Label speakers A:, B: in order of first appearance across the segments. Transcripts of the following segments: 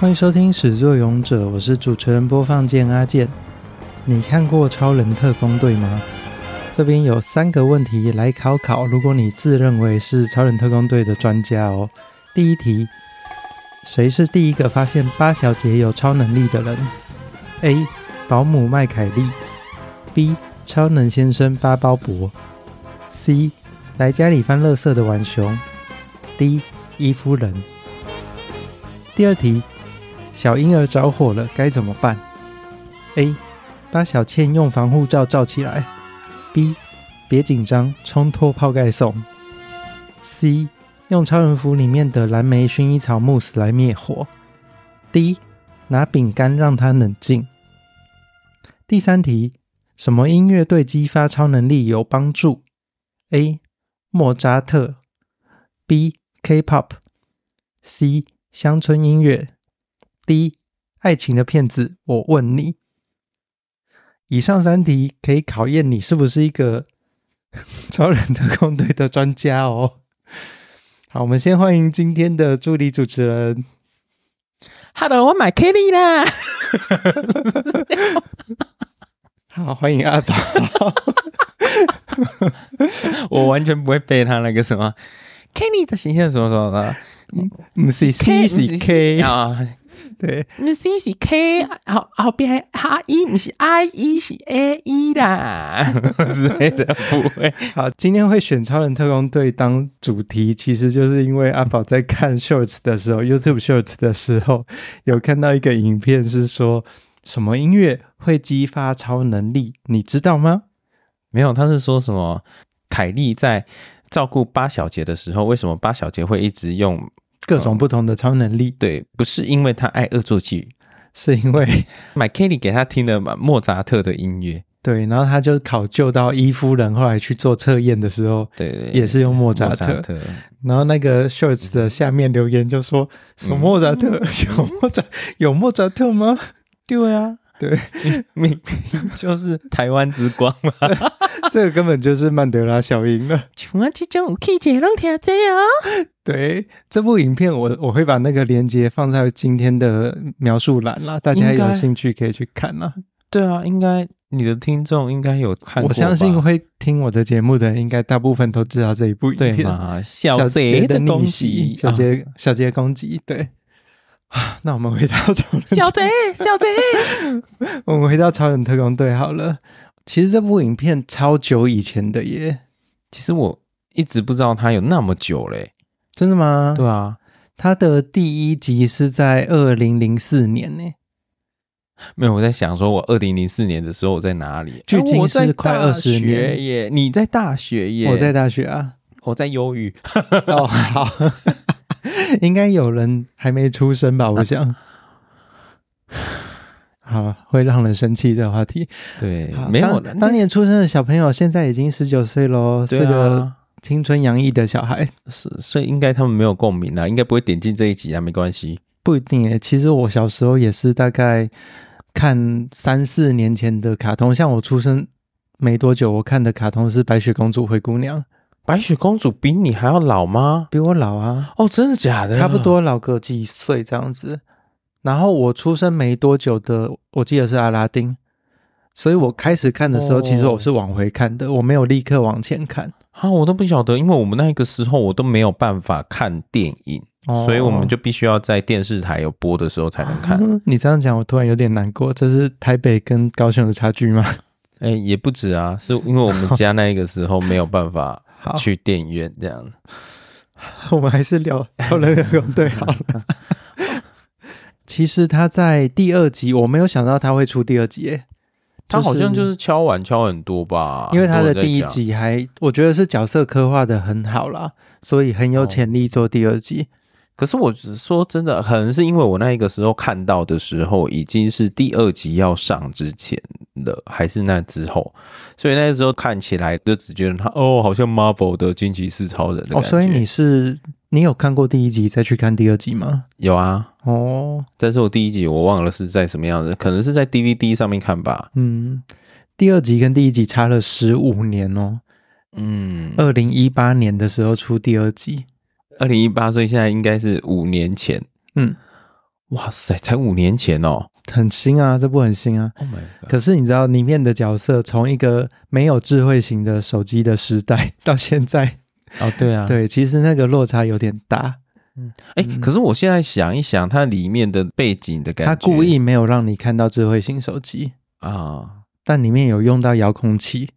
A: 欢迎收听《始作俑者》，我是主持人播放键阿健。你看过《超人特工队》吗？这边有三个问题来考考，如果你自认为是《超人特工队》的专家哦。第一题，谁是第一个发现八小姐有超能力的人？A. 保姆麦凯利，B. 超能先生巴包伯，C. 来家里翻垃圾的浣熊，D. 伊夫人。第二题，小婴儿着火了该怎么办？A. 把小倩用防护罩罩起来。B. 别紧张，冲脱泡盖送。C. 用超人服里面的蓝莓薰衣草慕斯来灭火。D. 拿饼干让它冷静。第三题，什么音乐对激发超能力有帮助？A. 莫扎特。B. K-pop。C. 乡村音乐。D. 爱情的骗子，我问你。以上三题可以考验你是不是一个 超人特工队的专家哦。好，我们先欢迎今天的助理主持人。
B: Hello，我买 Kelly 啦。
A: 好，欢迎 阿宝。
B: 我完全不会背他那个什么 Kelly 的形象什么啊什么的。
A: 我们是 C C K，
B: 啊，
A: 对，
B: 不是 C 是 K，后后边哈 E 不是 I E 是 A E 啦 之类的，不会。
A: 好，今天会选《超人特工队》当主题，其实就是因为阿宝在看 Shorts 的时候，YouTube Shorts 的时候，有看到一个影片，是说什么音乐会激发超能力，你知道吗？
B: 没有，他是说什么？凯莉在照顾八小姐的时候，为什么八小姐会一直用？
A: 各种不同的超能力，
B: 对，不是因为她爱恶作剧，
A: 是因为
B: 买 Kelly 给她听的莫扎特的音乐，
A: 对，然后他就考究到伊夫人后来去做测验的时候，
B: 对对，
A: 也是用莫
B: 莫
A: 扎特。
B: 特
A: 然后那个 Shorts 的下面留言就说：“什么莫扎特？ 有莫扎有莫扎特吗？”
B: 对啊，
A: 对，
B: 明明就是台湾之光嘛。
A: 这个根本就是曼德拉效应了。
B: 像我这种有气质拢听这哦。
A: 对，这部影片我我会把那个链接放在今天的描述栏啦，大家有
B: 应该
A: 兴趣可以去看啦。
B: 对啊，应该你的听众应该有看过吧，
A: 我相信会听我的节目的人，应该大部分都知道这一部影
B: 对
A: 片。
B: 嘛？
A: 小
B: 小
A: 杰
B: 贼
A: 的
B: 攻
A: 逆袭
B: 击，，啊
A: 小杰、小杰攻击，对。啊，那我们回到超人，
B: 小 贼，小贼，
A: 我们回到超人特工队好了。其实这部影片超久以前的耶，
B: 其实我一直不知道他有那么久嘞。
A: 真的吗？
B: 对啊，
A: 它的第一集是在二零零四年呢，
B: 没有我在想，说我二零零四年的时候我在哪里？
A: 距今
B: 哎我在
A: 是快
B: 大
A: 20
B: 学
A: 年
B: 耶！你在大学耶？
A: 我在大学啊。
B: 我在忧郁。
A: 哦，好， 应该有人还没出生吧？我
B: 啊
A: 想。 好了，会让人生气这个话题。
B: 对
A: 好，
B: 没有，
A: 当当年出生的小朋友现在已经十九岁喽，
B: 对
A: 是个
B: 啊，
A: 青春洋溢的小孩。
B: 是所以应该他们没有共鸣啊，应该不会点进这一集啊，没关系。
A: 不一定诶，其实我小时候也是大概看三四年前的卡通，像我出生没多久，我看的卡通是《白雪公主》《灰姑娘》，
B: 白雪公主比你还要老吗？
A: 比我老啊。
B: 哦，真的假的？
A: 差不多老个几岁这样子。然后我出生没多久的，我记得是阿拉丁，所以我开始看的时候，
B: 哦
A: 其实我是往回看的，我没有立刻往前看。
B: 啊，我都不晓得，因为我们那个时候我都没有办法看电影，
A: 哦嗯
B: 所以我们就必须要在电视台有播的时候才能看。
A: 你这样讲，我突然有点难过。这是台北跟高雄的差距吗？
B: 哎、也不止啊，是因为我们家那个时候没有办法
A: 好
B: 去电影院这样。
A: 我们还是聊超人特工队好了。 其实他在第二集，我没有想到他会出第二集耶，
B: 他好像就是敲碗敲很多吧，
A: 因为他的
B: 啊很多人在
A: 第一
B: 讲
A: 集还，我觉得是角色刻画的很好啦，所以很有
B: 哦
A: 潜力做第二集。
B: 可是我只说真的，可能是因为我那一个时候看到的时候，已经是第二集要上之前了，还是那之后，所以那个时候看起来就只觉得他哦，好像 Marvel 的惊奇四超人的感
A: 哦，
B: 觉。
A: 所以你是你有看过第一集再去看第二集吗？
B: 有啊？
A: 哦，
B: 但是我第一集我忘了是在什么样的，可能是在 DVD 上面看吧。
A: 嗯，第二集跟第一集差了十五年哦，
B: 嗯，
A: 二零一八年的时候出第二集，
B: 二零一八，所以现在应该是五年前。
A: 嗯，
B: 哇塞，才五年前哦
A: 很新啊，这部很新啊。
B: ，Oh my god！
A: 可是你知道里面的角色从一个没有智慧型的手机的时代 到现在，
B: 哦，对啊，
A: 对，其实那个落差有点大。
B: 哎、
A: 嗯
B: 可是我现在想一想，它里面的背景的感觉，
A: 他故意没有让你看到智慧型手机，
B: 啊，
A: 但里面有用到遥控器。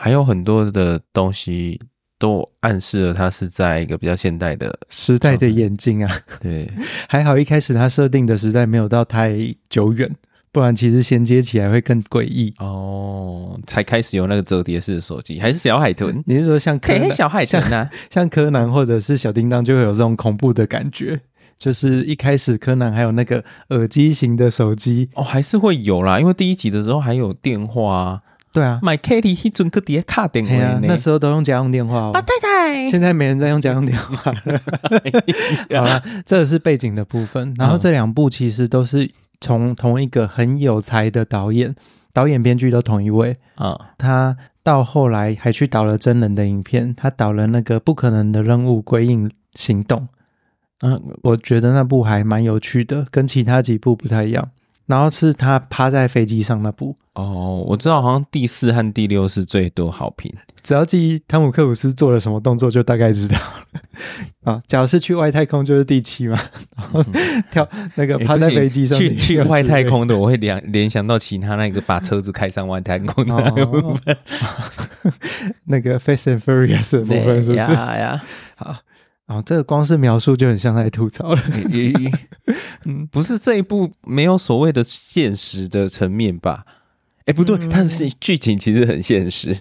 B: 还有很多的东西都暗示了它是在一个比较现 代的，
A: 时代的眼镜啊，
B: 对，
A: 还好一开始他设定的时代没有到太久远，不然其实衔接起来会更诡异。
B: 哦，才开始有那个折叠式的手机，还是小 海豚，
A: 你是说像柯
B: 嗯嘿嘿，
A: 南，
B: 小海豚啊，
A: 像柯南或者是小叮当就会有这种恐怖的感觉？就是一开始柯南还有那个耳机型的手机，
B: 哦，还是会有啦，因为第一集的时候还有电话啊，
A: 对啊，
B: 买 Kelly 一准个碟卡电
A: 哎呀、
B: 话呢，
A: 那时候都用家用电话、
B: 啊
A: 哦，
B: 太
A: 现在没人在用家用电话了。 好了，这个是背景的部
B: 嗯
A: 分。然后这两部其实都是从同一个很有才的导演、导演、编剧都同一位。
B: 啊，
A: 他到后来还去导了真人的影片，他导了那个《不可能的任务：归隐行动》。
B: 嗯，
A: 我觉得那部还蛮有趣的，跟其他几部不太一样。然后是他趴在飞机上那部，
B: 哦，我知道，好像第四和第六是最多好评，
A: 只要记汤姆克鲁斯做了什么动作，就大概知道了。 啊，假如是去外太空就是第七嘛，然后跳那个
B: 欸
A: 趴在
B: 不行
A: 飞机上
B: 去去外太
A: 空。
B: 空的，我会联联想到其他那个把车子开上外太空的那个部
A: 哦
B: 分，，
A: 那个 Fast and Furious 的部分是不是？然
B: 呀呀，
A: 后、哦、这个光是描述就很像在吐槽了。嗯
B: 嗯，不是这一部没有所谓的现实的层面吧？哎，不对，
A: 嗯
B: 它是剧情其实很现实。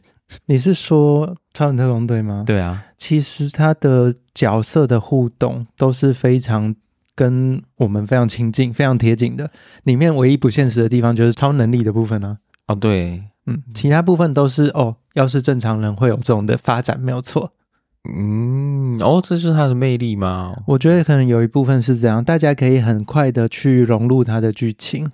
A: 你是说超人特工队吗？，
B: 对啊，
A: 其实他的角色的互动都是非常跟我们非常亲近、非常贴近的。里面唯一不现实的地方就是超能力的部分啊。
B: 哦对，
A: 嗯，其他部分都是哦，要是正常人会有这种的发展，没有错。
B: 嗯，哦，这是它的魅力吗？
A: 我觉得可能有一部分是这样，大家可以很快的去融入他的剧情。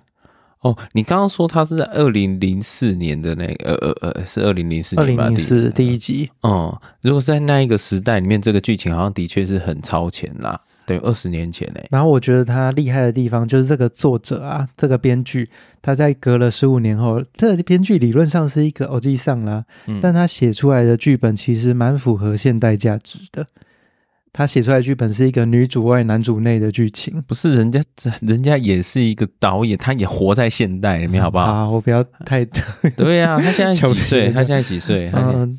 B: 哦，你刚刚说它是在二零零四年的那个，呃呃呃，是二零零四
A: 二
B: 年
A: 零
B: 吧？
A: 零四第
B: 一，
A: 一集，
B: 嗯，如果在那一个时代里面，这个剧情好像的确是很超前啦，对，二十年前哎嘞。
A: 然后我觉得他厉害的地方就是这个作者啊，这个编剧，他在隔了十五年后，这个编剧理论上是一个偶记上啦，
B: 嗯
A: 但他写出来的剧本其实蛮符合现代价值的。他写出来的剧本是一个女主外男主内的剧情。
B: 不是人家，人家也是一个导演，他也活在现代里面，好不好？
A: 啊，我不要 太，
B: 对呀、啊，他现在
A: 求
B: 几
A: 其
B: 岁？
A: 了
B: 他现在几岁？他现在
A: 嗯，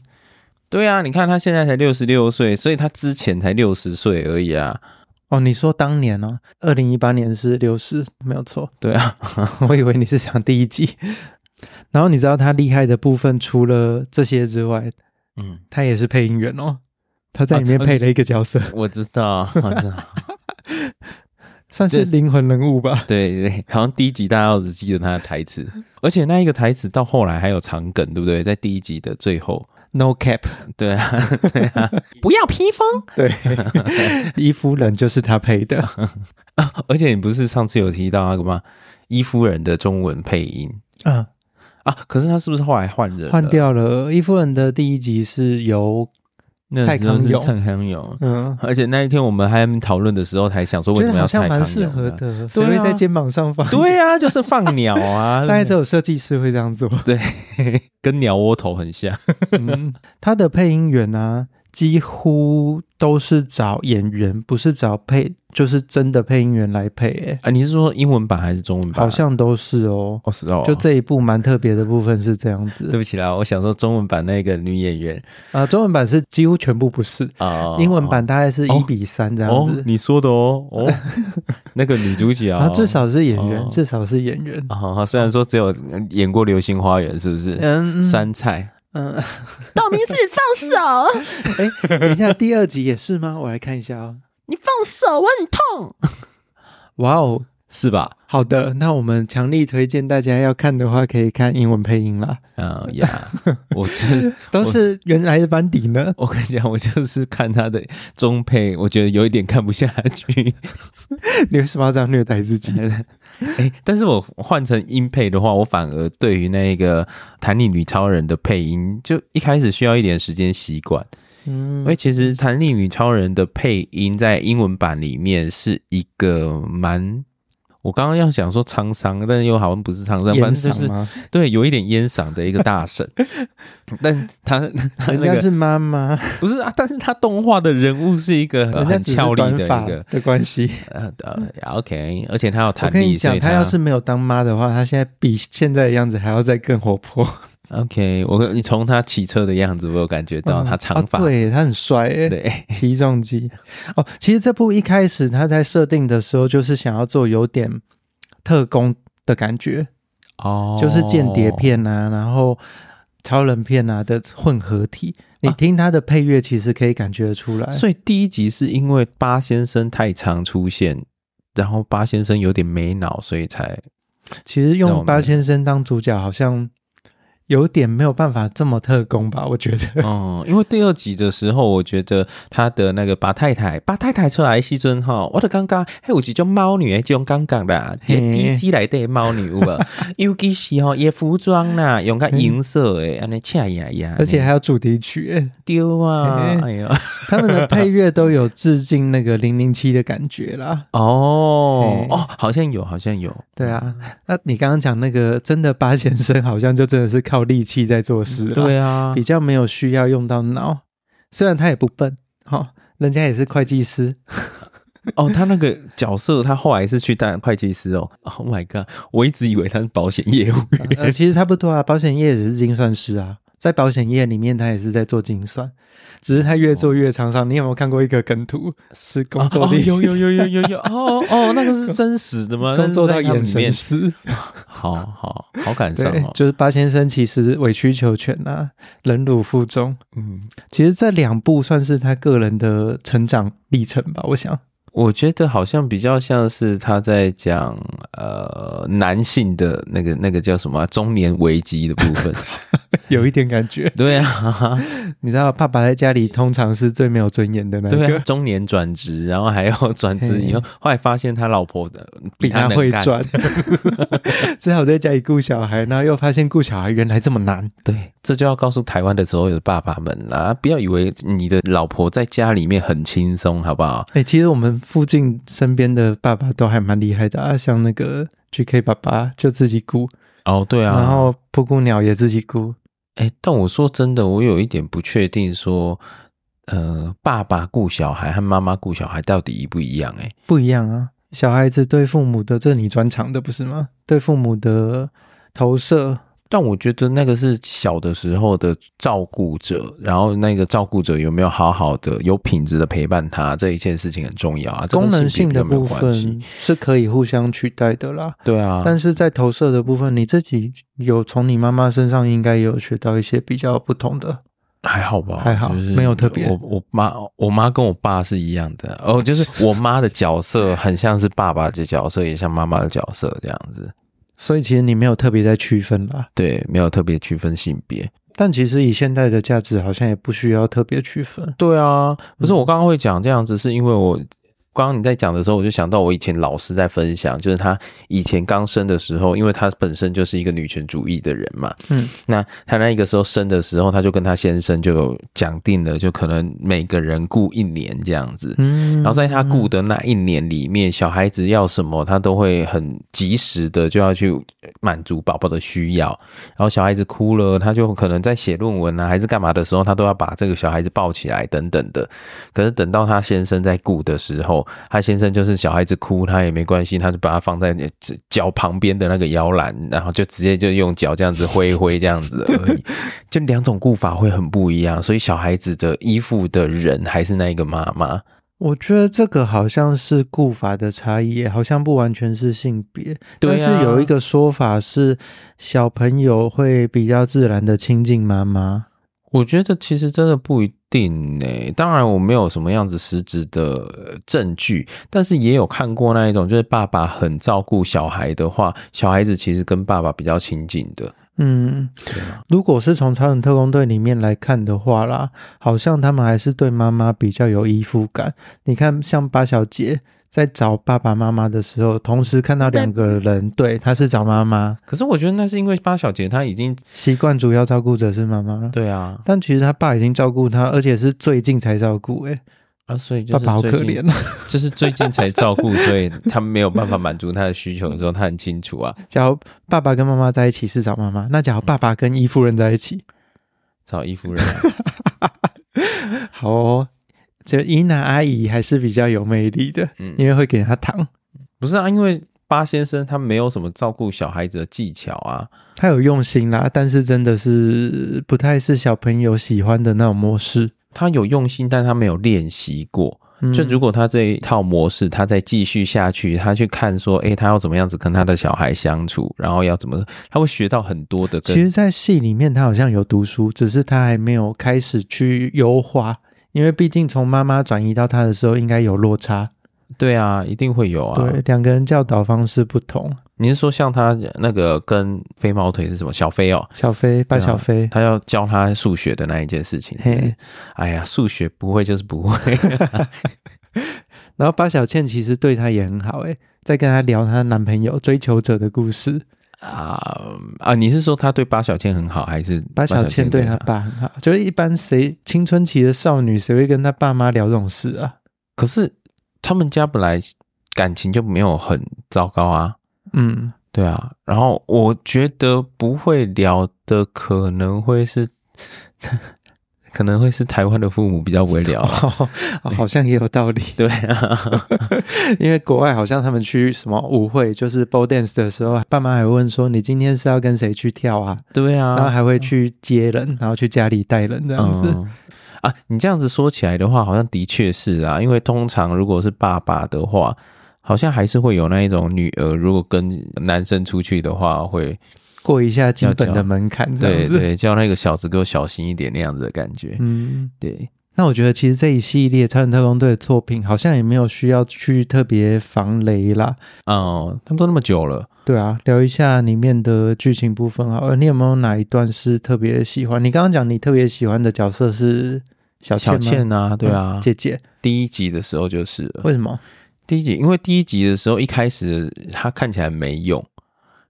B: 对啊，你看他现在才六十六岁，所以他之前才六十岁而已啊。
A: 哦，你说当年哦，二零一八年是六十，没有错。
B: 对啊，
A: 我以为你是想第一季。然后你知道他厉害的部分，除了这些之外，
B: 嗯，
A: 他也是配音员哦，他在里面
B: 啊
A: 配了一个角色，
B: 我知道，我知道，
A: 算是灵魂人物吧。
B: 对对，好像第一集大家都只记得他的台词，而且那一个台词到后来还有长梗，对不对？在第一集的最后，
A: No cap，
B: 对啊，对啊， 不要披风。
A: 对，伊夫人就是他配的。
B: 而且你不是上次有提到那个吗？伊夫人的中文配音
A: 嗯，
B: 啊，可是他是不是后来换人？
A: 换。掉了伊夫人的第一集是由
B: 那
A: 蔡
B: 时候
A: 康
B: 是
A: 永
B: 蔡康永。
A: 嗯，
B: 而且那一天我们还没讨论的时候，才想说为
A: 觉
B: 什
A: 得
B: 么
A: 好
B: 要蔡
A: 像
B: 康永、
A: 蛮
B: 啊？
A: 适合的，谁
B: 对啊
A: 会在肩膀上放？
B: 对啊，就是放鸟啊，
A: 大概只有设计师会这样做。
B: 跟鸟窝头很像。
A: 嗯， 他的配音员啊，几乎都是找演员，不是找配，就是真的配音员来配、欸，
B: 啊，你是说英文版还是中文版？啊
A: 好像都是哦。
B: 哦是哦，
A: 就。这一部蛮特别的部分是这样
B: 对
A: 子
B: 不起啦，我想说中文版那个女演员
A: 啊、中文版是几乎全部不是，
B: 啊，
A: 英文版大概是
B: 哦
A: 一比三这样
B: 哦
A: 子，。
B: 你说的哦 哦，那个女主角
A: 然后啊至少是演员，
B: 哦
A: 至少是演员。
B: 啊，她虽然说只有演过《流星花园》，是不是？
A: 嗯，
B: 杉菜
A: 嗯，
C: 道明寺，放手！
A: 哎、等一下，第二集也是吗？我来看一下 哦。
C: 你放手，我很 痛。
A: 哇哦，
B: 是吧？
A: 好的，那我们强力推荐大家要看的话，可以看英文配音啦，
B: 啊呀，我这
A: 都是原来的班底呢。
B: 我跟你讲，我就是看她的中配，我觉得有一点看不下去。
A: 你为什么要这样虐待自 己？
B: 哎、但是我换成音配的话，我反而对于那个弹力女超人的配音，就一开始需要一点时间习惯，
A: 嗯
B: 因为其实弹力女超人的配音在英文版里面是一个蛮，我刚刚要想说沧桑，但是又好像不是沧桑，
A: 演
B: 反正就
A: 赏
B: 是
A: 吗？
B: 对，有一点烟嗓的一个大神，但他他
A: 人
B: 那
A: 家
B: 个
A: 是妈妈，
B: 不是啊？但是他动画的人物是一个
A: 人
B: 呃
A: 家
B: 很
A: 只是
B: 俏丽
A: 短
B: 的一
A: 发
B: 个
A: 的关系。
B: 呃呃，OK，而且他有
A: 我
B: 弹
A: 跟你
B: 力，所
A: 讲，
B: 以
A: 她要是没有当妈的话，她现在比现在的样子还要再更活泼。
B: OK，我你从他骑车的样子，我有感觉到
A: 嗯
B: 啊他长发，
A: 哦对他很帅耶，
B: 对，
A: 起重机哦。其实这部一开始他在设定的时候，就是想要做有点特工的感觉，
B: 哦，
A: 就是间谍，片啊，然后超人片啊的混合体。你听他的配乐，其实可以感觉得出来。
B: 啊所以第一集是因为八先生太常出现，然后八先生有点没脑，所以 才
A: 其实
B: 那我
A: 用
B: 们
A: 八先生当主角，好像有点没有办法这么特工吧？我觉得。
B: 嗯，因为第二集的时候，我觉得他的那个八太太，八太太出来牺牲哈，我的刚刚还有几种猫女，这种刚刚啦，
A: 嘿
B: DC 来的猫女有无？ 尤其是吼，伊服装啦，用个银色诶，安尼赤呀呀，
A: 而且还有主题曲 耶，
B: 丢啊
A: 嘿，
B: 哎呦，
A: 他们的配乐都有致敬那个零零七的感觉啦。嘿
B: 哦哦，好像有，好像有，
A: 对啊，
B: 嗯
A: 那你刚刚讲那个真的八先生，好像就真的是靠力气在做事了，
B: 对啊
A: 比，较没有需要用到脑。虽然他也不笨，哈、人家也是会计 师，
B: 哦，他那个角色，他后来是去当会计师哦。Oh my god，我一直以为他是保险业务员。
A: 呃，其实差不多啊。保险业也是精算师啊，在保险业里面，他也是在做精算，只是他越做越沧桑。你有没有看过一个梗图？是工作
B: 哦，
A: 力、
B: 有有有有有 有，哦哦，那个是真实的 吗？
A: 工作到
B: 那是在他们
A: 眼
B: 里面
A: 神，死，
B: 好好好感伤
A: 对
B: 哦，。
A: 就是八先生其实委曲求全啊，忍辱负重。
B: 嗯，
A: 其实这两部算是他个人的成长历程吧，我 想。
B: 我觉得好像比较像是他在讲呃男性的那个那个叫什么啊中年危机的部分。
A: 有一点感觉。
B: 对啊，
A: 你知道，爸爸在家里通常是最没有尊严的那一
B: 对啊
A: 个，，
B: 中年转职，然后还要 转职以后，后来发现他老婆的
A: 比他
B: 能
A: 会
B: 干
A: 赚， 只好在家里顾小孩，然后又发现顾小孩原来这么难。
B: 对，这就要告诉台湾的所有的爸爸们啦，不要以为你的老婆在家里面很轻松，好不好？
A: 哎、其实我们附近身边的爸爸都还蛮厉害的啊，像那个 GK 爸爸就自己顾，
B: 哦，对啊。
A: 然，后布谷鸟也自己顾。
B: 哎，但我说真的，我有一点不确定说，呃，爸爸顾小孩和妈妈顾小孩到底一不一样、诶
A: 不一样啊。小孩子对父母的，这是你专长的不是吗？对父母的投射，
B: 但我觉得那个是小的时候的照顾者，然后那个照顾者有没有好好的、有品质的陪伴他，这一件事情很重要啊。这跟
A: 功能性
B: 比
A: 的
B: 较没有
A: 部
B: 关系
A: 分是可以互相取代的啦。
B: 对啊，
A: 但是在投射的部分，你自己有从你妈妈身上应该有学到一些比较不同的，
B: 还好吧，
A: 还好
B: 就是
A: 没有特别
B: 我我妈我妈跟我爸是一样的，哦，就是我妈的角色很像是爸爸的角色，也像妈妈的角色这样子。
A: 所以其实你没有特别在区分啦。
B: 对，没有特别区分性别。
A: 但其实以现在的价值，好像也不需要特别区分。
B: 对啊，可是
A: 嗯
B: 我刚刚会讲这样子，是因为我刚刚你在讲的时候，我就想到我以前老师在分享，就是他以前刚生的时候，因为他本身就是一个女权主义的人嘛，
A: 嗯，
B: 那他那个时候生的时候，他就跟他先生就有讲定了，就可能每个人雇一年这样子，
A: 嗯
B: 然后在他雇的那一年里面，小孩子要什么，他都会很及时的就要去满足宝宝的需要。然后小孩子哭了，他就可能在写论文啊，还是干嘛的时候，他都要把这个小孩子抱起来等等的。可是等到他先生在顾的时候，他先生就是小孩子哭，他也没关系，他就把他放在呃脚旁边的那个摇篮，然后就直接就用脚这样子挥一挥这样子而已。就两种顾法会很不一样，所以小孩子的依附的人还是那一个妈妈。
A: 我觉得这个好像是顾法的差异，好像不完全是性别。
B: 对啊
A: 但是有一个说法是，小朋友会比较自然的亲近妈妈。
B: 我觉得其实真的不一定呢、当然我没有什么样子实质的呃证据，但是也有看过那一种，就是爸爸很照顾小孩的话，小孩子其实跟爸爸比较亲近的。
A: 嗯，
B: 对啊，
A: 如果是从《超人特工队》里面来看的话啦，好像他们还是对妈妈比较有依附感。你看，像八小姐在找爸爸妈妈的时候，同时看到两个人，对，她是找妈妈，
B: 可是我觉得那是因为八小姐她已经
A: 习惯主要照顾者是妈妈。
B: 对啊，
A: 但其实他爸已经照顾她，而且是最近才照顾、欸，诶，
B: 啊，所以就
A: 爸
B: 是
A: 爸好
B: 最
A: 可
B: 近
A: 怜，啊，
B: 就是最近才照顾，所以他没有办法满足他的需求的时候，他很清楚啊，
A: 假如爸爸跟妈妈在一起是找妈妈，那假如爸爸跟依夫人在一起，
B: 找衣服人啊。
A: 好哦，就伊娜阿姨还是比较有魅力的，
B: 嗯
A: 因为会给她糖，
B: 不是啊，因为巴先生他没有什么照顾小孩子的技巧啊，
A: 她有用心啦，但是真的是不太是小朋友喜欢的那种模式。
B: 他有用心，但他没有练习过。
A: 嗯
B: 就如果他这一套模式，他再继续下去，他去看说，诶、他要怎么样子跟他的小孩相处，然后要怎么，他会学到很多的
A: 其
B: 跟
A: 实，在戏里面，她好像有读书，只是她还没有开始去优化，因为毕竟从妈妈转移到她的时候，应该有落差。
B: 对啊，一定会有啊。
A: 对，两个人教导方式不同。
B: 你是说像他那个跟飞毛腿是什么小飞哦，
A: 小飞，把
B: 对啊
A: 小飞，
B: 他要教他数学的那一件事情是不是
A: 嘿
B: 哎呀，数学不会就是不会，
A: 然后巴小倩其实对她也很好、欸，诶，在跟她聊她男朋友追求者的故事。
B: 啊啊！你是说他对八小倩很好，还是
A: 巴小倩对她
B: 他？
A: 爸很好，就是一般谁青春期的少女，谁会跟她爸妈聊这种事啊？
B: 可是他们家本来感情就没有很糟糕啊，
A: 嗯，
B: 对啊。然后我觉得不会聊的可能会是， 可能会是台湾的父母比较不会聊啊、
A: 好像也有道理，
B: 对啊，
A: 因为国外好像他们去什么舞会，就是 b o l dance 的时候，爸妈还会问说你今天是要跟谁去跳啊？
B: 对啊，
A: 然后还会去接人，然后去家里带人这样子。
B: 嗯啊，你这样子说起来的话，好像的确是啊，因为通常如果是爸爸的话，好像还是会有那一种女儿，如果跟男生出去的话，会
A: 过一下基本
B: 要
A: 的
B: 教
A: 门槛这
B: 对
A: 样子。
B: 对叫那个小子给我小心一点那样子的感觉。
A: 嗯，
B: 对，
A: 那我觉得其实这一系列《超人特工队》的作品好像也没有需要去特别防雷啦。
B: 哦，他们都那么久了，
A: 对啊，聊一下里面的剧情部分好了。你有没有哪一段是特别喜欢？你刚刚讲你特别喜欢的角色是小
B: 小
A: 吗
B: 倩啊，对啊
A: 嗯，姐姐，
B: 第一集的时候就是了
A: 为什么？
B: 第一集，因为第一集的时候一开始她看起来没用，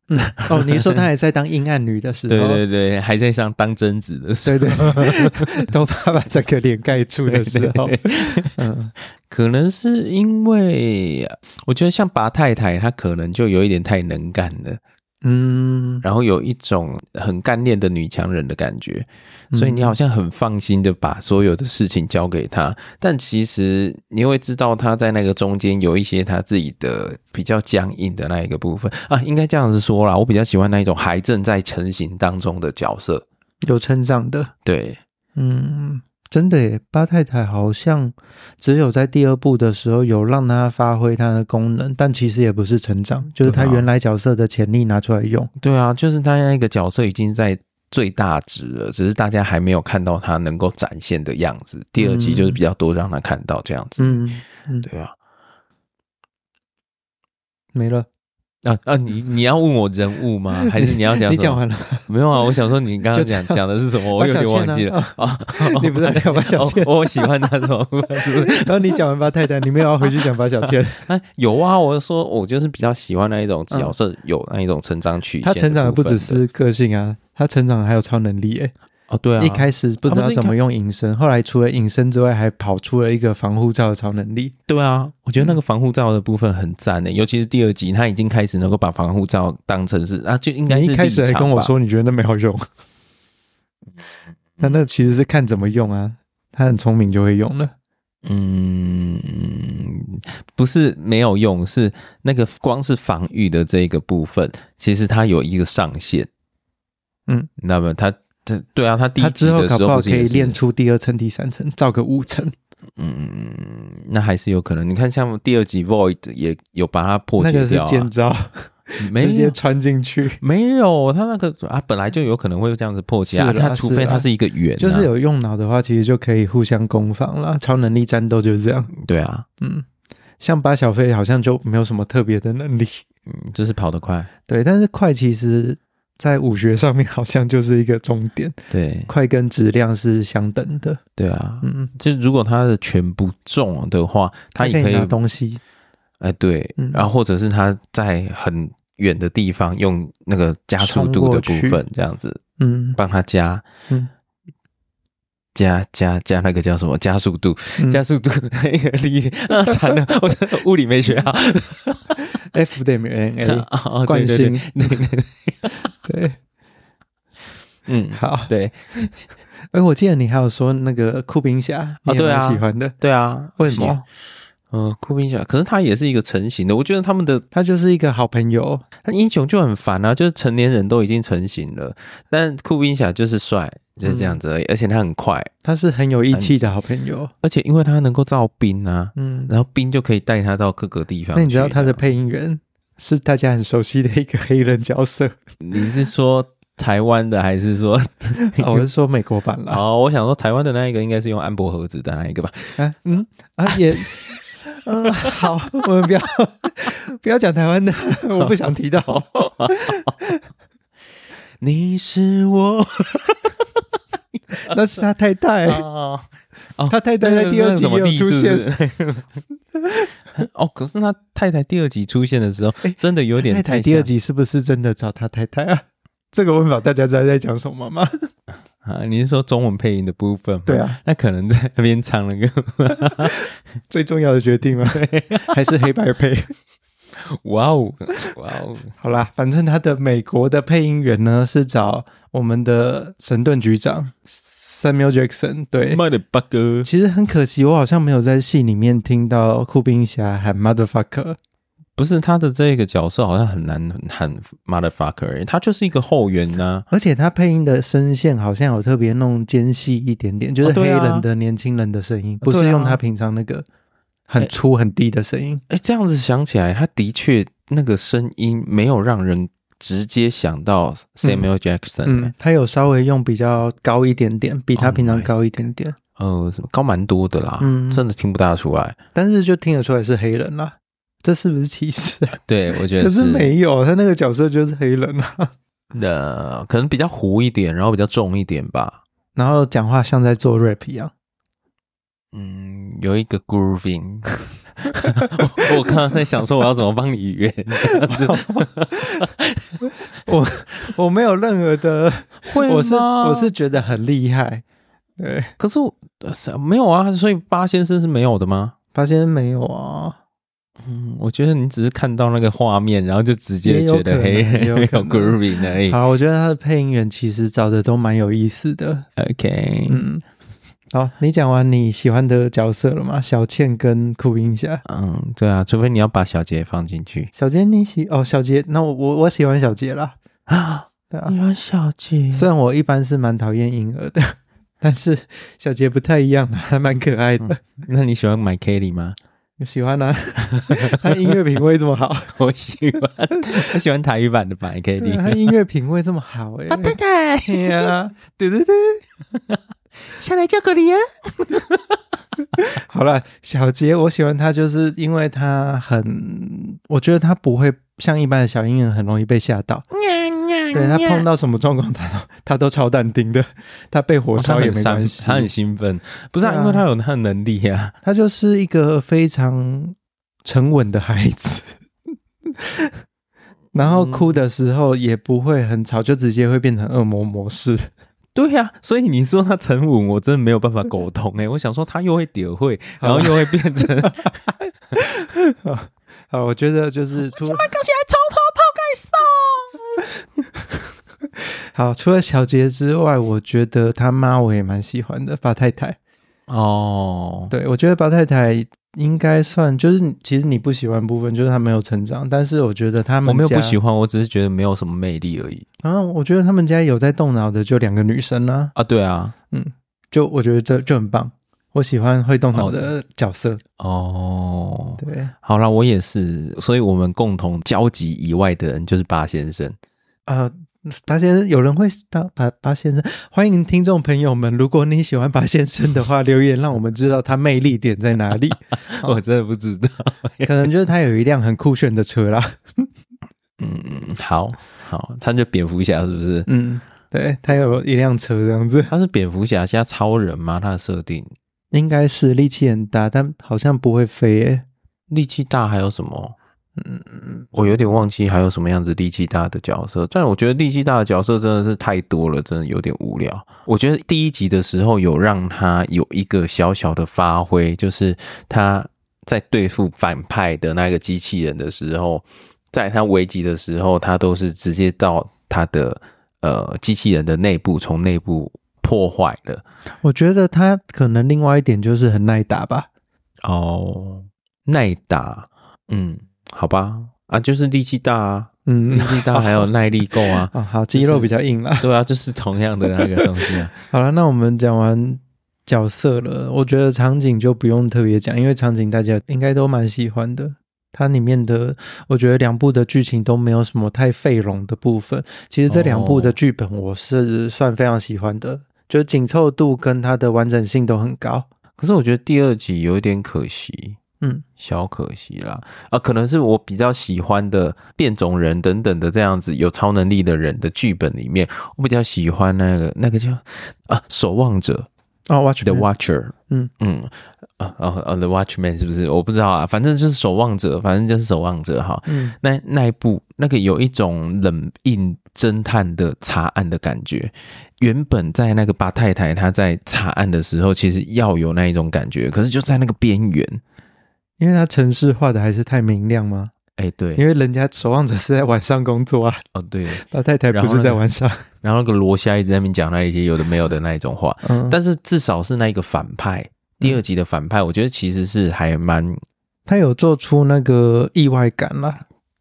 A: 嗯，哦，你是说她还在当阴暗女的时候，
B: 对对对，还在上当贞子的时候，
A: 对对，都怕把整个脸盖住的时候，
B: 对
A: 嗯，
B: 可能是因为我觉得像拔太太，她可能就有一点太能干了，
A: 嗯，
B: 然后有一种很干练的女强人的感觉，所以你好像很放心的把所有的事情交给她，但其实你会知道她在那个中间有一些她自己的比较僵硬的那一个部分啊，应该这样子说啦，我比较喜欢那一种还正在成型当中的角色，
A: 有成长的，
B: 对，
A: 嗯，真的耶，八太太好像只有在第二部的时候有让她发挥她的功能，但其实也不是成长，就是她
B: 对啊
A: 原来角色的潜力拿出来用。
B: 对啊，就是他那个角色已经在最大值了，只是大家还没有看到他能够展现的样子。第二集就是比较多让他看到这样子。
A: 嗯嗯，
B: 对啊，
A: 没了，
B: 啊啊，你你要问我人 物吗？还是你要讲什
A: 嗯
B: 么？
A: 你讲完了，
B: 没有啊？我想说你刚
A: 就
B: 刚
A: 这
B: 讲
A: 样
B: 讲的是什么？我
A: 把
B: 有
A: 小
B: 点
A: 倩
B: 忘记
A: 呢
B: 了。啊。
A: 你 不是在聊把小倩
B: 我我喜欢他什么部
A: 哦
B: 分？是不是？
A: 然后你讲完八太太，你没有要回去讲八小 倩，
B: 啊，有啊，我说我就是比较喜欢那一种角色有那一种成长曲
A: 她
B: 线的部分的。
A: 成长的不只是个性啊，她成长还有超能力耶。
B: 哦，对啊，
A: 一开始不知
B: 啊
A: 道
B: 不是一开
A: 怎么用隐身，后来除了隐身之外，还跑出了一个防护罩的超能力。
B: 对啊，我觉得那个防护罩的部分很赞欸的，尤其是第二集，他已经开始能够把防护罩当成是啊，就应该
A: 你
B: 是
A: 一开始
B: 立
A: 还
B: 场
A: 跟我
B: 吧，嗯
A: 说你觉得那没有用，那那其实是看怎么用啊。他很聪明就会用了，
B: 嗯，不是没有用，是那个光是防御的这一个部分，其实它有一个上限。
A: 嗯，
B: 那么他他对啊，他第一
A: 他
B: 集
A: 之后
B: 的
A: 搞
B: 时
A: 不好
B: 候不
A: 可
B: 是也
A: 以
B: 是
A: 练出第二层、第三层，造个五层，
B: 嗯，那还是有可能。你看，像第二集 Void 也有把它破
A: 那
B: 解
A: 个是
B: 掉、啊，
A: 尖招，直
B: 没有
A: 接穿进去，
B: 没有，他那个啊，本来就有可能会这样子破解、啊，
A: 是啦
B: 他除
A: 是
B: 非
A: 啦
B: 他是一个圆、啊，
A: 就是有用脑的话，其实就可以互相攻防啦。超能力战斗就是这样，
B: 对啊，
A: 嗯，像八小飞好像就没有什么特别的能力，
B: 嗯，就是跑得快，
A: 对，但是快其实在武学上面好像就是一个重点，
B: 对
A: 快跟质量是相等的，
B: 对啊，
A: 嗯，
B: 就如果他的拳不重的话，他
A: 它
B: 也
A: 可
B: 可
A: 以
B: 以
A: 拿东西，
B: 哎对
A: 嗯，
B: 然后或者是他在很远的地方用那个加速度的部
A: 冲过
B: 分这样子
A: 嗯
B: 帮他加，
A: 嗯，
B: 加加加那个叫什么加速度，
A: 嗯
B: 加速度那个力啊，惨了，我真的物理没 学好，
A: 嗯 F 等于 N A，
B: 啊啊
A: 惯
B: 对对
A: 性
B: 对，对对对
A: 对，
B: 嗯，
A: 好。
B: 对
A: 哎，我记得你还有说那个酷冰侠，你也
B: 对啊
A: 蛮喜欢的，
B: 对啊，
A: 为什么？
B: 嗯，酷冰侠，可是他也是一个成型的，我觉得他们的
A: 他就是一个好朋友，
B: 那英雄就很烦啊，就是成年人都已经成型了，但酷冰侠就是帅，就是
A: 嗯
B: 这样子而已，而且他很快，
A: 他是很有义气的好朋友。
B: 而且因为他能够造冰啊，
A: 嗯，
B: 然后冰就可以带他到各个地方。啊
A: 那你知道他的？配音员是大家很熟悉的一个黑人角色？
B: 你是说台湾的还是 说？
A: 啊我是说美国版啦。
B: 哦，我想说台湾的那一个应该是用安博盒子的那一个吧？
A: 啊嗯啊也。嗯，好，我们不要不要讲台湾的，我不想提到。
B: 你是我
A: 那是他太太，
B: 哦，
A: 他太太在第二集
B: 那
A: 也
B: 个
A: 有出现，。
B: 那个什么力是不 是哦，可是他太太第二集出现的时候
A: 哎，
B: 真的有点
A: 太太
B: 太
A: 第二
B: 像
A: 集是不是真的找他太太啊？ 这个问法大家知道在讲什么吗？
B: 啊！你是说中文配音的部分？
A: 对，啊，
B: 那可能在那边唱那个
A: 最重要的决定吗？ 还是黑白配？
B: 哇哦哇 哦，
A: 好啦，反正他的美国的配音员呢是找我们的神盾局长 Samuel Jackson。对，
B: 妈的八哥！
A: 其实很可惜，我好像没有在戏里面听到酷冰侠喊 motherfucker。
B: 不是他的这个角色好像很难喊 motherfucker，欸他就是一个后援呐、
A: 而且他配音的声线好像有特别弄尖细一点点，就是
B: 哦
A: 黑
B: 对啊
A: 人的年轻人的声音，不是
B: 对啊
A: 用他平常那个很粗很低的声音。
B: 哎、这样子想起来，他的确那个声音没有让人直接想到 Samuel Jackson，、
A: 嗯，他有稍微用比较高一点点，比他
B: Oh
A: 平常
B: my
A: 高一点点，
B: 呃，什么高蛮多的啦，
A: 嗯
B: 真的听不大出来。
A: 但是就听得出来是黑人啦。这是不是歧视啊？
B: 对，我觉得
A: 可是没有，他那个角色就是黑人啊，
B: 的，可能比较糊一点，然后比较重一点吧。
A: 然后讲话像在做 rap 一 样。
B: 嗯，有一个 grooving，我我刚刚在想说我要怎么帮你圆，这样子
A: 我没有任何的，
B: 会
A: 我是
B: 吗
A: 我是觉得很厉害。对，
B: 可是我呃是没有啊，所以八先生是没有的吗？
A: 发现没有啊，
B: 嗯，我觉得你只是看到那个画面，然后就直接觉得黑
A: 也有可能也有
B: 人没
A: 可
B: 有
A: 能
B: grooving 而已。
A: 好，我觉得他的配音员其实找的都蛮有意思的。
B: OK，嗯
A: 嗯，好，你讲完你喜欢的角色了吗？小倩跟酷冰侠。
B: 对啊，除非你要把小杰放进去
A: 小杰你喜哦，小杰，那我我我喜欢小杰 啦。
B: 啊。
A: 对啊，
B: 你玩小杰，
A: 虽然我一般是蛮讨厌婴儿的， 但是小杰不太一样啦，还蛮可爱的。
B: 那你喜欢买 Kelly 吗？
A: 我喜欢啊， 他音乐品味这么好，
B: 我喜欢，我喜欢台语版的 买
A: 对啊他
B: Kelly。
A: 音乐品味这么好哎、
C: 老太
A: 欸。
C: 太，
A: 对呀，对对对，
C: 下来叫个 你啊！
A: 好了，小杰，我喜欢他就是因为他很，我觉得他不会像一般的小婴儿很容易被吓到，对
C: 对
A: 他碰到什么状况，他都他都超淡定的， 他被火
B: 哦他
A: 烧也
B: 很
A: 没
B: 三
A: 关系，
B: 他很兴奋，不是、啊
A: 对啊
B: 因为他有他的能力啊。
A: 他就是一个非常沉稳的孩子， 然后哭的时候也不会很吵，就直接会变成恶魔模式。
B: 对
A: 啊
B: 呀、所以你说他沉稳，我真的没有办法苟同 哎、我想说他又会屌会，然后又会变成
A: 啊，我觉得就是除
C: 刚才从头泡盖送，
A: 好除了小杰之外，我觉得他妈我也蛮喜欢的八太太。
B: 哦，
A: 对我觉得八太太应该算就是其实你不喜欢的部分就是他没有成长，但是我觉得他们
B: 我没有不
A: 家
B: 喜欢，我只是觉得没有什么魅力而已
A: 啊，我觉得他们家有在动脑的就两个女生啦、
B: 啊。对啊，
A: 就我觉得这就很棒。我喜欢会动脑的角色，
B: 哦，
A: 对
B: 好啦，我也是，所以我们共同交集以外的人就是八先生。
A: 啊，达、先生，有人会当拔拔先生，欢迎听众朋友们，如果你喜欢拔先生的话，留言让我们知道他魅力点在哪 里，哦
B: 我真的不 知道。
A: 可能就是他有一辆很酷炫的车啦，
B: 嗯，好好，他就蝙蝠侠是不是？
A: 嗯， 对他有一辆车这样子，
B: 他是蝙蝠侠加超人吗？他的设定
A: 应该是力气很大，但好像不会飞耶、
B: 力气大还有什么？嗯我有点忘记还有什么样子力气大的角色，但我觉得力气大的角色真的是太多了，真的有点无聊。我觉得第一集的时候有让他有一个小小的发挥，就是他在对付反派的那个机器人的时候，在他危急的时候，他都是直接到他的呃机器人的内部，从内部破坏了。
A: 我觉得他可能另外一点就是很耐打吧。
B: 哦，耐打，嗯，好吧，啊，就是力气大啊，
A: 嗯，
B: 力，气大还有耐力够啊
A: 哦，好，
B: 就
A: 肌
B: 是
A: 肉比较硬啦。
B: 对啊，就是同样的那个东西啊。
A: 好了，那我们讲完角色了，我觉得场景就不用特别讲，因为场景大家应该都蛮喜欢的。它里面的，我觉得两部的剧情都没有什么太费拢的部分。其实这两部的
B: 哦
A: 剧本我是算非常喜欢的，就是紧凑度跟它的完整性都很高。
B: 可是我觉得第二集有一点可惜，
A: 嗯，
B: 小可惜啦。啊，可能是我比较喜欢的变种人等等的这样子有超能力的人的剧本里面，我比较喜欢那个那个叫啊守望者
A: 哦，Watch
B: The Watcher。
A: 嗯
B: 嗯，啊啊啊，The Watchman 是不是？我不知道啊，反正就是守望者，反正就是守望者哈。
A: 嗯，
B: 那那一部那个有一种冷硬侦探的查案的感觉。原本在那个八太太她在查案的时候，其实要有那一种感觉，可是就在那个边缘。
A: 因为它城市化的还是太明亮嘛，
B: 哎、对，
A: 因为人家守望者是在晚上工作啊，
B: 哦对，
A: 老太太不
B: 然后
A: 是
B: 呢
A: 在晚上。
B: 然后那个罗夏一直在那边讲那一些有的没有的那一种话，
A: 嗯，
B: 但是至少是那一个反派，第二集的反派，我觉得其实是还蛮。
A: 他有做出那个意外感啦。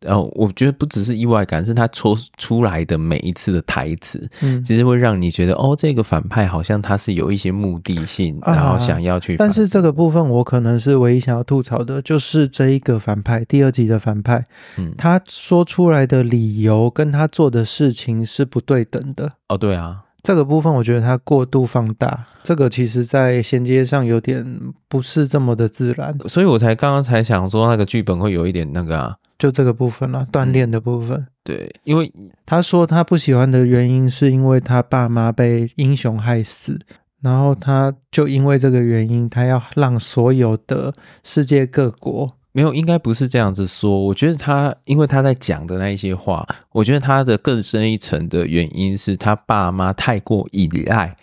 B: 呃，我觉得不只是意外感，是他抽出来的每一次的台词，
A: 嗯，
B: 其实会让你觉得，哦，这个反派好像他是有一些目的性，
A: 啊
B: 然后想要去反。
A: 但是这个部分我可能是唯一想要吐槽的，就是这一个反派，第二集的反派，
B: 嗯，
A: 他说出来的理由跟他做的事情是不对等的。
B: 哦，对啊，
A: 这个部分我觉得他过度放大，这个其实在衔接上有点不是这么的自然。
B: 所以我才刚刚才想说，那个剧本会有一点那个啊，
A: 就这个部分啦、锻炼的部分。
B: 对，因为
A: 他说他不喜欢的原因是因为他爸妈被英雄害死，然后他就因为这个原因，他要让所有的世界各国，
B: 没有，应该不是这样子说。我觉得他，因为他在讲的那一些话，我觉得他的更深一层的原因是他爸妈太过依赖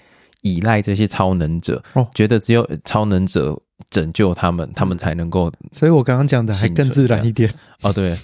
B: 依赖这些超能者，
A: 哦嗯
B: 觉得只有超能者拯救他们，他们才能够
A: 所以我刚刚讲的还更自然一点。
B: 哦，对，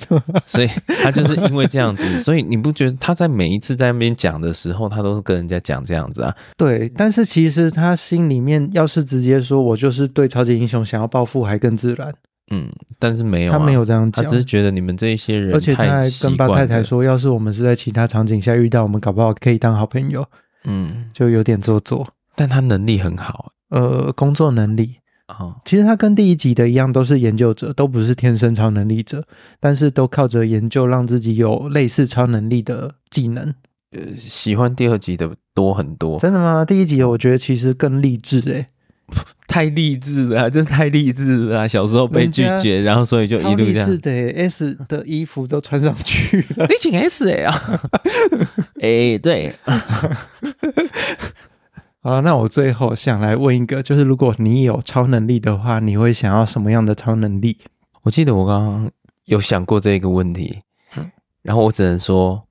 B: 所以他就是因为这样子，所以你不觉得他在每一次在那边讲的时候，他都是跟人家讲这样子啊？
A: 对，但是其实他心里面要是直接说我就是对超级英雄想要报复，还更自然。
B: 嗯，但是没有、啊，
A: 他没有这样
B: 他
A: 讲
B: 只。是觉得你们这一些人，
A: 而且他还跟八太太说，
B: 说，
A: 要是我们是在其他场景下遇到，我们搞不好可以当好朋友，
B: 嗯，
A: 就有点做作。
B: 但他能力很好
A: 呃，工作能力，
B: 啊、哦
A: 其实他跟第一集的一样，都是研究者，都不是天生超能力者，但是都靠着研究让自己有类似超能力的技能。
B: 喜欢第二集的多很多，
A: 真的吗？第一集我觉得其实更励志欸诶、
B: 太励志了、啊，就是太励志了、啊。小时候被拒绝，然后所以就
A: 超
B: 一路
A: 励
B: 这样
A: 志。的、欸、S 的衣服都穿上去了。
B: 你请 S 哎啊， 哎对，
A: 好了，那我最后想来问一个，就是如果你有超能力的话，你会想要什么样的超能力？
B: 我记得我刚刚有想过这个问题，
A: 嗯
B: 然后我只能说，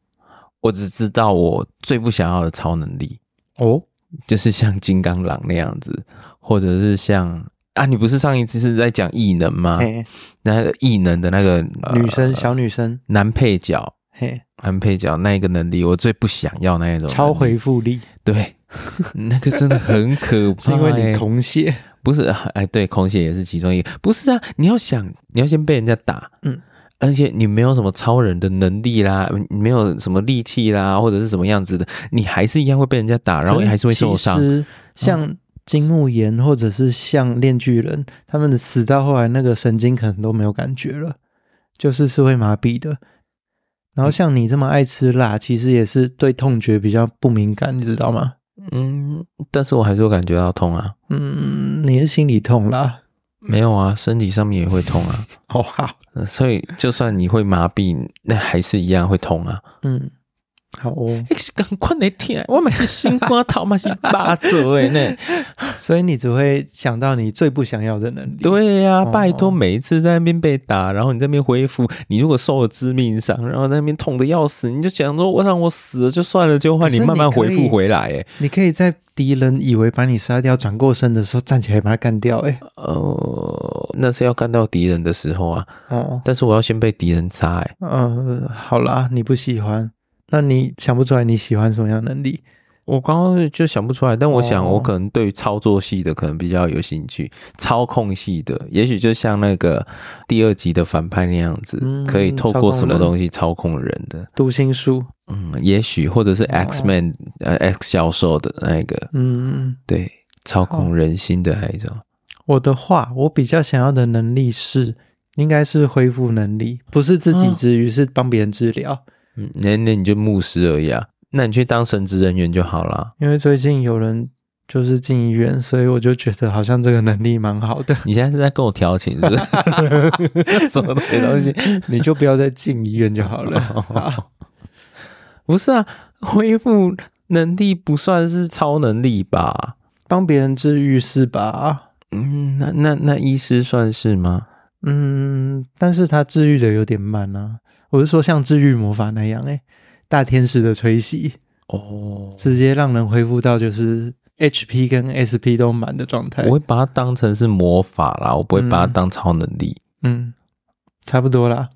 B: 我只知道我最不想要的超能力
A: 哦，
B: 就是像金刚狼那样子，或者是像啊，你不是上一次是在讲异能吗？
A: 嘿，
B: 那个异能的那个、呃
A: 女生，小女生，
B: 男配角。
A: 嘿，
B: 男配角那一个能力，我最不想要那一种
A: 超
B: 能力
A: 回复力，
B: 对， 那个真的很可
A: 是
B: 怕、欸。
A: 因为你恐血。
B: 不是 哎，对，恐血也是其中一个。不是啊，你要想，你要先被人家打，
A: 嗯，
B: 而且你没有什么超人的能力啦，你没有什么力气啦，或者是什么样子的，你还是一样会被人家打，然后你还是会受伤嗯
A: 可。是其实像金木研或者是像炼巨人，他们死到后来那个神经可能都没有感觉了，就是是会麻痹的。然后像你这么爱吃辣，其实也是对痛觉比较不敏感，你知道吗？
B: 嗯，但是我还是会感觉到痛啊。
A: 嗯，你是心里痛啦。
B: 没有啊，身体上面也会痛啊，
A: 哦，好，
B: 呃所以就算你会麻痹，那还是一样会痛 啊。
A: 嗯，好哦。
B: 哎，是赶快来听，我嘛是新瓜头嘛是八折的呢。
A: 所以你只会想到你最不想要的能力。，
B: 对呀、
A: 哦
B: 拜托，每一次在那边被打，然后你在那边恢复，你如果受了致命伤，然后在那边痛的要死，你就想说，我让我死了就算了，就换
A: 可
B: 你
A: 是
B: 慢慢
A: 你可
B: 恢
A: 以
B: 复回来。哎，
A: 你可以在敌人以为把你杀掉、转过身的时候站起来把他干掉、欸。
B: 呃，那是要干到敌人的时候啊，
A: 哦，
B: 但是我要先被敌人杀。哎，
A: 呃，好啦，你不喜欢，那你想不出来你喜欢什么样的能力？
B: 我刚刚就想不出来，但我想
A: 哦
B: 我可能对于操作系的可能比较有兴趣，操控系的，也许就像那个第二集的反派那样子，
A: 嗯
B: 可以透
A: 操
B: 过
A: 控
B: 什么
A: 人
B: 东西操控人的。
A: 读心术，
B: 嗯，也许或者是 X Man、呃 X 教授的那个
A: 嗯，
B: 对操控人心的那一种。
A: 我的话，我比较想要的能力是，应该是恢复能力，不是自己治愈，是帮别人治疗。
B: 嗯，那那你就牧师而已啊，那你去当神职人员就好啦。
A: 因为最近有人就是进医院，所以我就觉得好像这个能力蛮好的。
B: 你现在是在跟我调情是不 是？什么鬼东西？
A: 你就不要再进医院就好了。啊好
B: 不是啊，恢复能力不算是超能力吧？
A: 帮别人治愈是吧？
B: 嗯，那那那医师算是吗？
A: 嗯，但是他治愈的有点慢啊。我是说像治愈魔法那样、欸，大天使的吹袭，
B: 哦，
A: 直接让人恢复到就是 HP 跟 SP 都满的状态
B: 我。会把它当成是魔法啦，我不会把它
A: 嗯
B: 当超能力。
A: 嗯，差不多啦。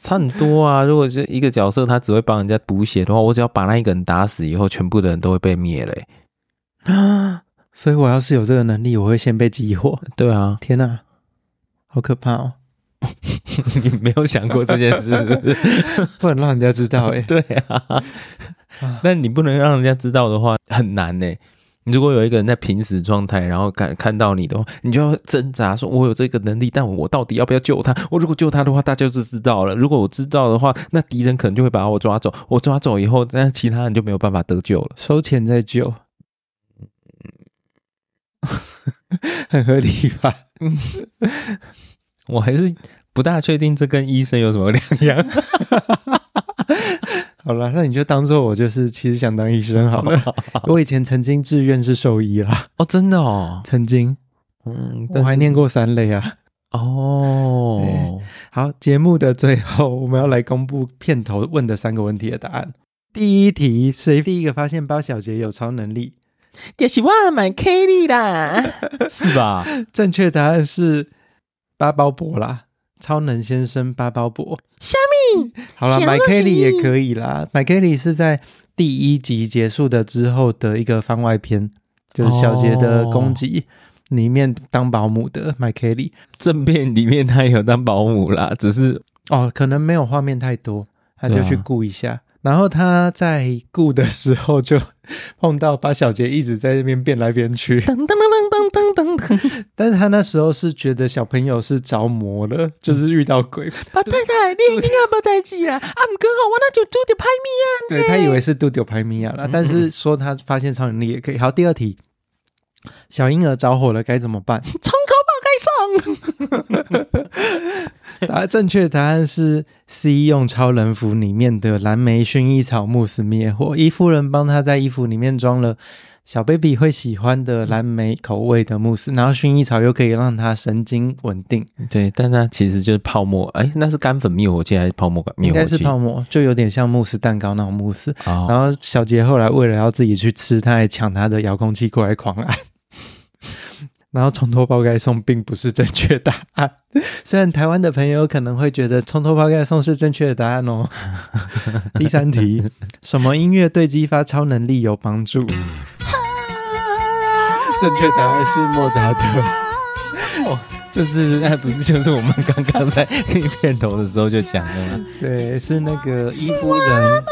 B: 差很多啊！如果是一个角色，他只会帮人家补血的话，我只要把那一个人打死以后，全部的人都会被灭嘞、
A: 所以我要是有这个能力，我会先被激活。
B: 对啊，
A: 天哪、好可怕哦！
B: 你没有想过这件事是不是？
A: 不能让人家知道哎、
B: 对啊，那你不能让人家知道的话，很难呢、你如果有一个人在濒死状态，然后看看到你的话，你就要挣扎，说我有这个能力，但我到底要不要救他？我如果救他的话，大家就知道了；如果我知道的话，那敌人可能就会把我抓走。我抓走以后，那其他人就没有办法得救了。
A: 收钱再救， 很合理吧？
B: 我还是不大确定这跟医生有什么两样。
A: 好了，那你就当做我就是其实想当医生好了。我以前曾经志愿是兽医啦，
B: 哦，真的哦，
A: 曾经
B: 嗯，但
A: 我还念过三类啊。
B: 哦，
A: 好，节目的最后我们要来公布片头问的三个问题的答案。第一题，谁第一个发现包小杰有超能力？
C: 就是我买 K 绿啦，
B: 是 吧？
A: 正确答案是巴包伯啦，超能先生巴包伯。
C: 虾米？
A: 好了，
C: 想
A: 买
C: 不
A: Kelly
C: 起
A: 也可以啦。买 Kelly 是在第一集结束的之后的一个番外篇，就是小杰的攻击。里面当保姆的买 Kelly
B: 正片里面他也有当保姆啦，只是
A: 哦，可能没有画面太多，他
B: 对
A: 就
B: 啊
A: 去顾一下。然后他在顾的时候就碰到把小杰一直在那边变来变去，
C: 噔噔噔噔噔噔噔，
A: 但是他那时候是觉得小朋友是着魔了，就是遇到鬼，
C: 把太太，你一定要把代志啦，啊唔过吼，我那就做着歹 命
A: 对他以为是杜丢拍米亚
B: 嗯
A: 啦，但是说他发现超能力也可以。好，第二题，小婴儿着火了该怎么 办？
C: 啊，冲口爆盖送，
A: 答案正确答案是 C 用超人服里面的蓝莓薰衣草慕斯灭火，伊夫人帮他在衣服里面装了。小 baby 会喜欢的蓝莓口味的慕斯，然后薰衣草又可以让他神经稳定，
B: 对，但它其实就是泡沫，哎、那是干粉灭火器还是泡沫灭
A: 应
B: 火
A: 该
B: 器？
A: 是泡沫，就有点像慕斯蛋糕那种慕斯。
B: 哦
A: 然后小杰后来为了要自己去吃，他还抢他的遥控器过来狂按。 然后冲脱包盖送并不是正确答案， 虽然台湾的朋友可能会觉得冲脱包盖送是正确的答案哦。 第三 题，什么音乐对激发超能力有帮助？正确答案是莫扎特。哦
B: 就是那不是就是我们刚刚在片头的时候就讲的 吗？
A: 对，是那个伊夫人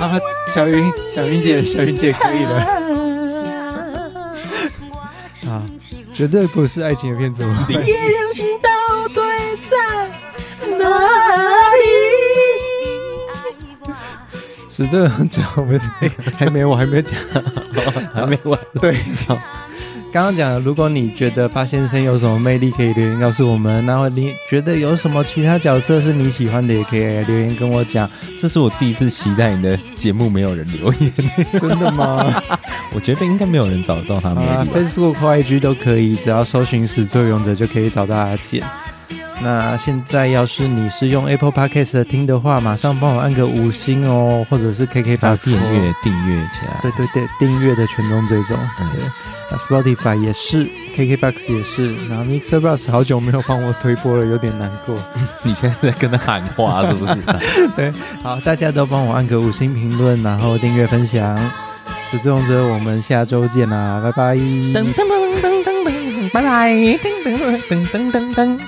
A: 啊，小云，小云姐，小云姐可以了，
D: 啊，
A: 绝对不是爱情的骗子。我
C: 月亮星到底在哪里？
A: 是这样子，我们还没，我还没讲。
B: 还没完。
A: 对，刚刚讲，如果你觉得八先生有什么魅力，可以留言告诉我们。然后你觉得有什么其他角色是你喜欢的，也可以留言跟我讲。
B: 这是我第一次期待你的节目没有人留言，
A: 真的吗？
B: 我觉得应该没有人找得到他
A: 好
B: 们。
A: 啊，Facebook 或 IG 都可以，只要搜寻始作俑者就可以找到阿健。那现在要是你是用 Apple Podcast 的听的话，马上帮我按个五星哦，或者是 KK
B: 把
A: 八
B: 订阅订阅起来。
A: 对对对，订阅的权重追踪，
B: 嗯
A: 对，那 Spotify 也是，KKBox 也是，然后 Mixer Bus 好久没有帮我推播了，有点难过。
B: 你现在是在跟他喊话是不是？
A: 好，大家都帮我按个五星评论，然后订阅分享。始作俑者，我们下周见啦，拜拜。
C: 噔噔噔噔噔噔，拜拜，噔噔噔噔噔噔。